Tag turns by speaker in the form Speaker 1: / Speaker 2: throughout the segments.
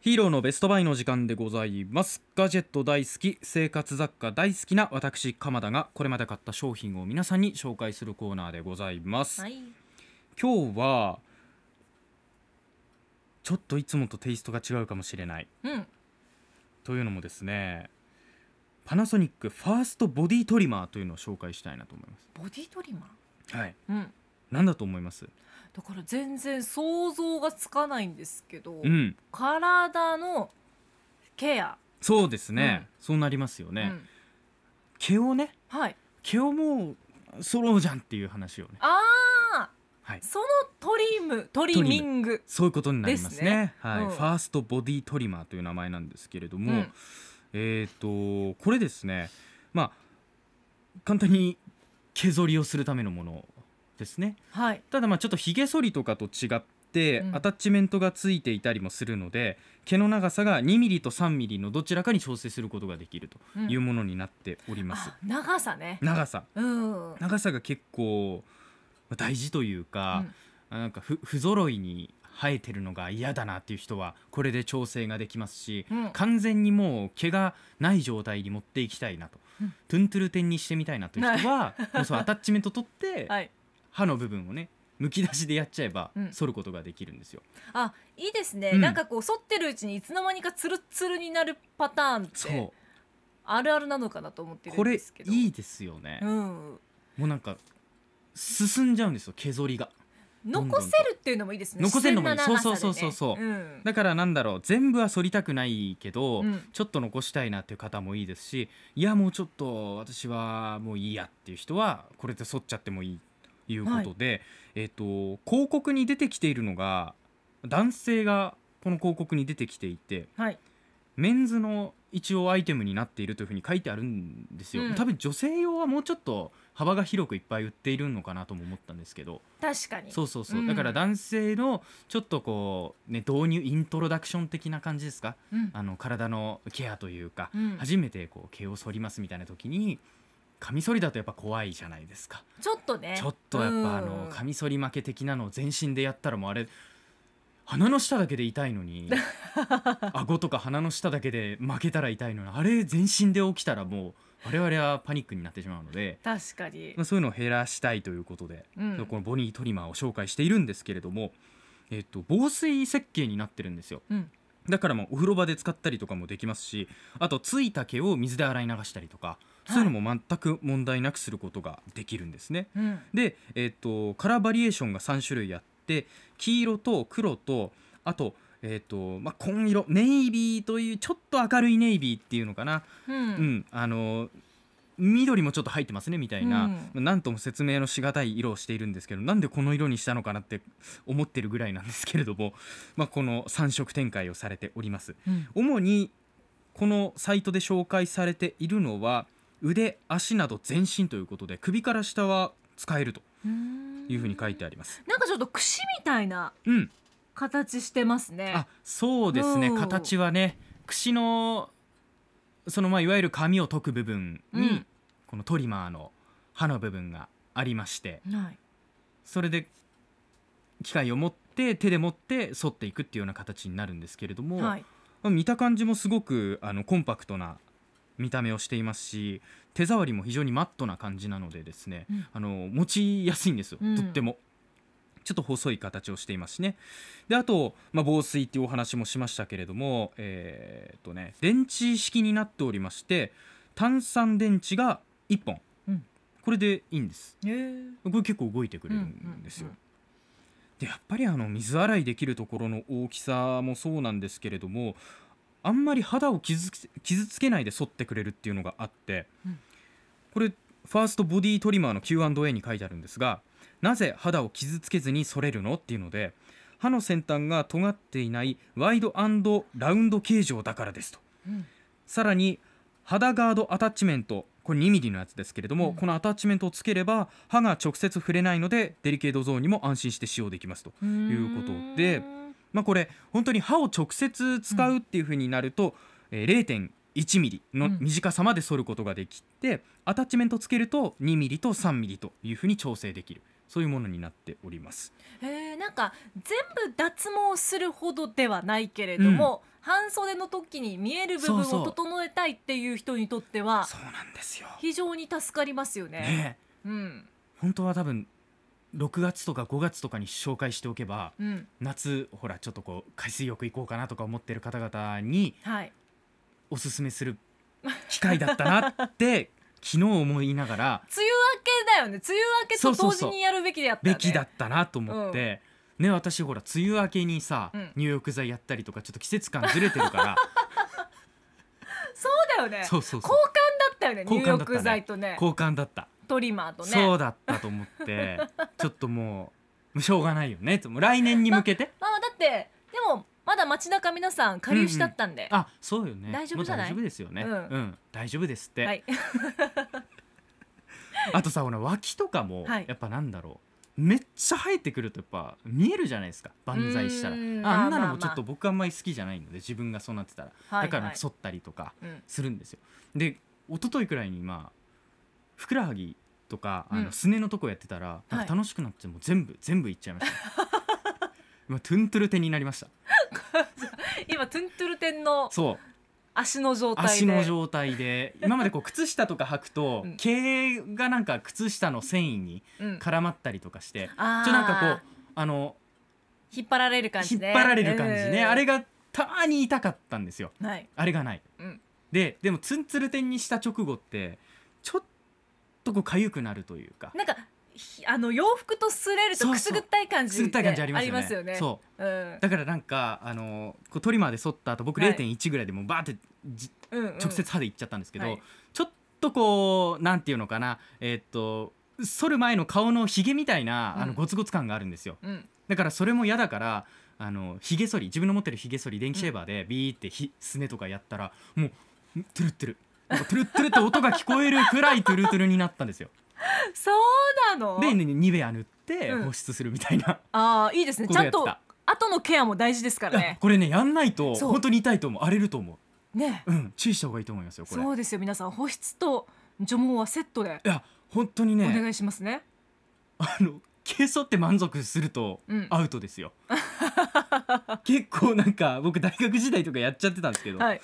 Speaker 1: ヒーローのベストバイの時間でございますガジェット大好き生活雑貨大好きな私鎌田がこれまで買った商品を皆さんに紹介するコーナーでございます、
Speaker 2: はい。
Speaker 1: 今日はちょっといつもとテイストが違うかもしれない
Speaker 2: うん。
Speaker 1: というのもですねパナソニックファーストボディトリマーというのを紹介したいなと思いま
Speaker 2: ボディトリマ
Speaker 1: すはい
Speaker 2: ー。うん。
Speaker 1: 何だと思います
Speaker 2: だから全然想像がつかないんですけど、
Speaker 1: うん
Speaker 2: 体のケア。
Speaker 1: そうですね、そうなりますよね、
Speaker 2: うん、
Speaker 1: 毛をね
Speaker 2: はい。
Speaker 1: 毛をもう揃うじゃんっていう話をね
Speaker 2: ああ、
Speaker 1: はい
Speaker 2: そのトリム、トリミング。
Speaker 1: そういうことになりますね
Speaker 2: ですね
Speaker 1: はい
Speaker 2: うん
Speaker 1: ファーストボディトリマーという名前なんですけれども、
Speaker 2: うん
Speaker 1: えっ、とこれですねまあ簡単に毛剃りをするためのものですね
Speaker 2: はい。
Speaker 1: ただまあちょっとひげ剃りとかと違って、
Speaker 2: うん
Speaker 1: アタッチメントがついていたりもするので毛の長さが2ミリと3ミリのどちらかに調整することができると
Speaker 2: うん
Speaker 1: いうものになっております
Speaker 2: あ、長さね。
Speaker 1: 長さ
Speaker 2: うん。
Speaker 1: 長さが結構まあ大事というか、なんかふ不揃いに生えてるのが嫌だなっていう人はこれで調整ができますし、
Speaker 2: うん
Speaker 1: 完全にもう毛がない状態に持っていきたいなと、
Speaker 2: うん
Speaker 1: トゥントゥルテンにしてみたいなという人は もうそうアタッチメント取って
Speaker 2: はい。
Speaker 1: 歯の部分をねむき出しでやっちゃえば
Speaker 2: うん
Speaker 1: 剃ることができるんですよ。
Speaker 2: あ、いいですね。
Speaker 1: うん
Speaker 2: なんかこう剃ってるうちにいつの間にかツルッツルになるパターンっ
Speaker 1: そう
Speaker 2: てあるあるなのかなと思ってる
Speaker 1: こ
Speaker 2: ん
Speaker 1: れ
Speaker 2: で
Speaker 1: い
Speaker 2: すけど。
Speaker 1: いですよね、
Speaker 2: うん。
Speaker 1: もうなんか進んじゃうんですよ毛剃りが。どんどん
Speaker 2: 残せるっていうのもいいですね。
Speaker 1: 残せるのもいい
Speaker 2: 自然な長さでね
Speaker 1: そうそうそうそうそう
Speaker 2: うん。
Speaker 1: だからなんだろう全部は剃りたくないけど、
Speaker 2: うん
Speaker 1: ちょっと残したいなっていう方もいいですしいやもうちょっと私はもういいやっていう人はこれで剃っちゃってもいいということで、えっ、と広告に出てきているのが男性がこの広告に出てきていて
Speaker 2: はい。
Speaker 1: メンズの一応アイテムになっているというふうに書いてあるんですよ、
Speaker 2: うん
Speaker 1: 多分女性用はもうちょっと幅が広くいっぱい売っているのかなとも思ったんですけど
Speaker 2: 確かに。
Speaker 1: そうそうそう、
Speaker 2: うん
Speaker 1: だから男性のちょっとこう、ね、導入イントロダクション的な感じですか
Speaker 2: うん。
Speaker 1: あの体のケアというか、
Speaker 2: うん
Speaker 1: 初めてこう毛を剃りますみたいな時にカミソリだとやっぱ怖いじゃないですか、
Speaker 2: ちょっとね。
Speaker 1: ちょっとやっ
Speaker 2: うん
Speaker 1: ぱあのカミソリ負け的なのを全身でやったらもうあれ鼻の下だけで痛いのに 顎とか鼻の下だけで負けたら痛いのにあれ全身で起きたらもう我々はパニックになってしまうので、
Speaker 2: 確かに
Speaker 1: まあ、。そういうのを減らしたいということで、
Speaker 2: うん
Speaker 1: このボニートリマーを紹介しているんですけれども、えっと防水設計になってるんですよ。
Speaker 2: うん。
Speaker 1: だからもうお風呂場で使ったりとかもできますしあとついた毛を水で洗い流したりとかそういうのも全く問題なくすることができるんですね。
Speaker 2: うん。
Speaker 1: で、えっとカラーバリエーションが3種類あって黄色と黒とあと,、えっとまあ、紺色ネイビーというちょっと明るいネイビーっていうのかな、
Speaker 2: う
Speaker 1: うん
Speaker 2: ん。
Speaker 1: あの緑もちょっと入ってますねみたいな、なんとも説明のしがたい色をしているんですけどなんでこの色にしたのかなって思ってるぐらいなんですけれども、 まあ、この3色展開をされております
Speaker 2: うん。
Speaker 1: 主にこのサイトで紹介されているのは腕足など全身ということで首から下は使えると
Speaker 2: うん
Speaker 1: いうふうに書いてあります
Speaker 2: なんかちょっと櫛みたいな
Speaker 1: うん
Speaker 2: 形してますね。
Speaker 1: あそうですね
Speaker 2: うん
Speaker 1: 形はね櫛のそのまあいわゆる髪を解く部分に、
Speaker 2: うん
Speaker 1: このトリマーの刃の部分がありまして
Speaker 2: はい。
Speaker 1: それで機械を持って手で持って剃っていくっていうような形になるんですけれども、
Speaker 2: はい。
Speaker 1: まあ見た感じもすごくあのコンパクトな見た目をしていますし手触りも非常にマットな感じなのでですね、
Speaker 2: うん
Speaker 1: あの持ちやすいんですよ、
Speaker 2: うん
Speaker 1: とっても。ちょっと細い形をしていますしねであと、まあ、防水っていうお話もしましたけれども、えーっとね、電池式になっておりまして炭酸電池が1本、
Speaker 2: うん
Speaker 1: これでいいんです
Speaker 2: へえ。
Speaker 1: これ結構動いてくれるんですよ。でやっぱりあの水洗いできるところの大きさもそうなんですけれどもあんまり肌を傷つ傷つけないで剃ってくれるっていうのがあって、
Speaker 2: うん
Speaker 1: これファーストボディトリマーの Q&A に書いてあるんですがなぜ肌を傷つけずに剃れるのっていうので歯の先端が尖っていないワイドラウンド形状だからですと
Speaker 2: うんうん
Speaker 1: さらに肌ガードアタッチメントこれ 2mm のやつですけれども、
Speaker 2: うん
Speaker 1: このアタッチメントをつければ歯が直接触れないのでデリケートゾーンにも安心して使用できますということで
Speaker 2: うん
Speaker 1: まあ、これ本当に歯を直接使うっていう風になると、えー0.1ミリの
Speaker 2: うん
Speaker 1: 短さまで剃ることができて、アタッチメントつけると2ミリと3ミリという風に調整できるそういうものになっております。
Speaker 2: へえなんか全部脱毛するほどではないけれども、半袖の時に見える部分
Speaker 1: そうそう
Speaker 2: を整えたいっていう人にとっては
Speaker 1: そうなんですよ、
Speaker 2: 非常に助かりますよね。
Speaker 1: ね、
Speaker 2: うん
Speaker 1: 本当は多分6月とか5月とかに紹介しておけば
Speaker 2: うん
Speaker 1: 夏ほらちょっとこう海水浴行こうかなとか思ってる方々に
Speaker 2: はい、
Speaker 1: おすすめする機会だったなって 昨日思いながら
Speaker 2: 梅雨明けだよね梅雨明け
Speaker 1: そ
Speaker 2: と
Speaker 1: うそう
Speaker 2: 同
Speaker 1: そう
Speaker 2: 時にやるべきだったよね。
Speaker 1: べきだったなと思って、ね私ほら梅雨明けにさ、
Speaker 2: うん
Speaker 1: 入浴剤やったりとかちょっと季節感ずれてる から
Speaker 2: そうだよね
Speaker 1: そうそうそ
Speaker 2: 交
Speaker 1: う
Speaker 2: 換だったよね
Speaker 1: 交
Speaker 2: 入
Speaker 1: 換だったね
Speaker 2: 浴剤とね
Speaker 1: 交換だった、
Speaker 2: トリマーとね。
Speaker 1: そうだったと思ってちょっともうしょうがないよねともう来年に向けて
Speaker 2: まあだってでもまだ街中皆さん下流しだったんで、
Speaker 1: あそうよね
Speaker 2: 大丈夫じゃない
Speaker 1: もう大丈夫ですよねう
Speaker 2: うんん、
Speaker 1: 大丈夫ですって、
Speaker 2: はい
Speaker 1: あとさほら脇とかも、
Speaker 2: はい
Speaker 1: やっぱなんだろうめっちゃ生えてくるとやっぱ見えるじゃないですか万歳したら
Speaker 2: うーん
Speaker 1: ああんな
Speaker 2: ま
Speaker 1: の
Speaker 2: あまあ
Speaker 1: もちょっと僕あんまり好きじゃないので自分がそうなってたら、
Speaker 2: はい
Speaker 1: だから
Speaker 2: はい
Speaker 1: 剃ったりとか
Speaker 2: うん
Speaker 1: するんですよで一昨日くらいにまあふくらはぎとかあ
Speaker 2: う
Speaker 1: の
Speaker 2: ん
Speaker 1: すねのとこやってたら、なんか楽しくなってもう全部全部いっちゃいました 今トゥントゥル手になりました
Speaker 2: 今トゥントゥルテンの
Speaker 1: そう
Speaker 2: 足の状態で
Speaker 1: 足の状態で今までこう靴下とか履くと、
Speaker 2: うん
Speaker 1: 毛がなんか靴下の繊維に
Speaker 2: うん
Speaker 1: 絡まったりとかして、
Speaker 2: あ
Speaker 1: ちょなんかこうあの
Speaker 2: う引っ張られる感
Speaker 1: 引
Speaker 2: じ
Speaker 1: っ
Speaker 2: ね
Speaker 1: 張られる感じね、
Speaker 2: うん
Speaker 1: あれがたまに痛かったんですよ
Speaker 2: はい
Speaker 1: あれがない、
Speaker 2: うん
Speaker 1: ででもツンツルテンにした直後ってちょっとこう痒くなるというか
Speaker 2: なんかひあの洋服と擦れると
Speaker 1: そうそう
Speaker 2: くすぐったい感
Speaker 1: く
Speaker 2: じ
Speaker 1: すぐったい感じあります
Speaker 2: ね
Speaker 1: よねそう
Speaker 2: う、うん
Speaker 1: だからなんかあのこうトリマーで剃った後僕
Speaker 2: はい
Speaker 1: 0.1ぐらいでもうバーってじ
Speaker 2: うんうん、
Speaker 1: 直接歯でいっちゃったんですけど、
Speaker 2: はい
Speaker 1: ちょっとこうなんていうのかなえーっと剃る前の顔のひげみたいなあの
Speaker 2: うん
Speaker 1: ゴツゴツ感があるんですよ、
Speaker 2: うん
Speaker 1: だからそれも嫌だからあのひげ剃り自分の持ってるひげ剃り電気シェーバーでビーってひすねとかやったらもうトゥルットゥルなんかトゥルットゥルって音が聞こえるくらいトゥルトゥルになったんです よ
Speaker 2: そうなの
Speaker 1: でねニベア塗って
Speaker 2: うん
Speaker 1: 保湿するみたいな
Speaker 2: ああいいですね
Speaker 1: こ
Speaker 2: ち
Speaker 1: と
Speaker 2: ゃ
Speaker 1: や
Speaker 2: ん
Speaker 1: って
Speaker 2: と
Speaker 1: た、
Speaker 2: 後のケアも大事ですからね
Speaker 1: これねやんないと
Speaker 2: そう
Speaker 1: 本当に痛いと思う荒れると思
Speaker 2: ね
Speaker 1: ううん注意した方がいいと思いますよこれい
Speaker 2: そうですよ皆さん保湿と除毛はセットで
Speaker 1: や本当に
Speaker 2: お
Speaker 1: ね
Speaker 2: 願いしますね
Speaker 1: あの毛剃って満足すると
Speaker 2: うん
Speaker 1: アウトです よ、結構なんか僕大学時代とかやっちゃってたんですけど、
Speaker 2: はい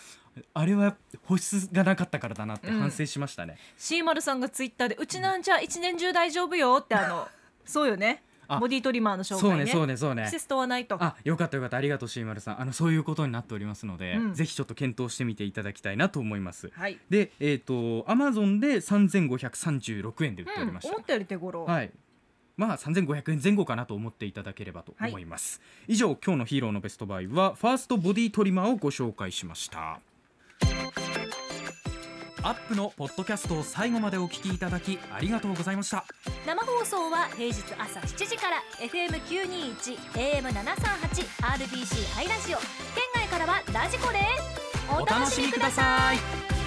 Speaker 1: あれは保湿がなかったからだなって
Speaker 2: うん
Speaker 1: 反省しましたね、
Speaker 2: シーマルさんがツイッターで「うちなんじゃ一年中大丈夫よ」ってあのそうよね
Speaker 1: あ
Speaker 2: ボディトリマーの紹
Speaker 1: そう
Speaker 2: 介
Speaker 1: ね
Speaker 2: ね
Speaker 1: そうねそう
Speaker 2: 季
Speaker 1: ね
Speaker 2: 節とはないと
Speaker 1: あよかったよかったありがとうしーまるさんあのそういうことになっておりますので、
Speaker 2: うん
Speaker 1: ぜひちょっと検討してみていただきたいなと思います
Speaker 2: はい、
Speaker 1: でえっ、とアマゾンで3536円で売って
Speaker 2: う
Speaker 1: おり
Speaker 2: ん、
Speaker 1: ました、
Speaker 2: 思ったより手頃はい、
Speaker 1: はい。まあ3500円前後かなと思っていただければと思います、以上今日のヒーローのベストバイはファーストボディトリマーをご紹介しましたアップのポッドキャストを最後までお聞きいただきありがとうございました
Speaker 3: 生放送は平日朝7時から FM921 AM738 RBC ハイラジオ県外からはラジコです
Speaker 1: お楽しみください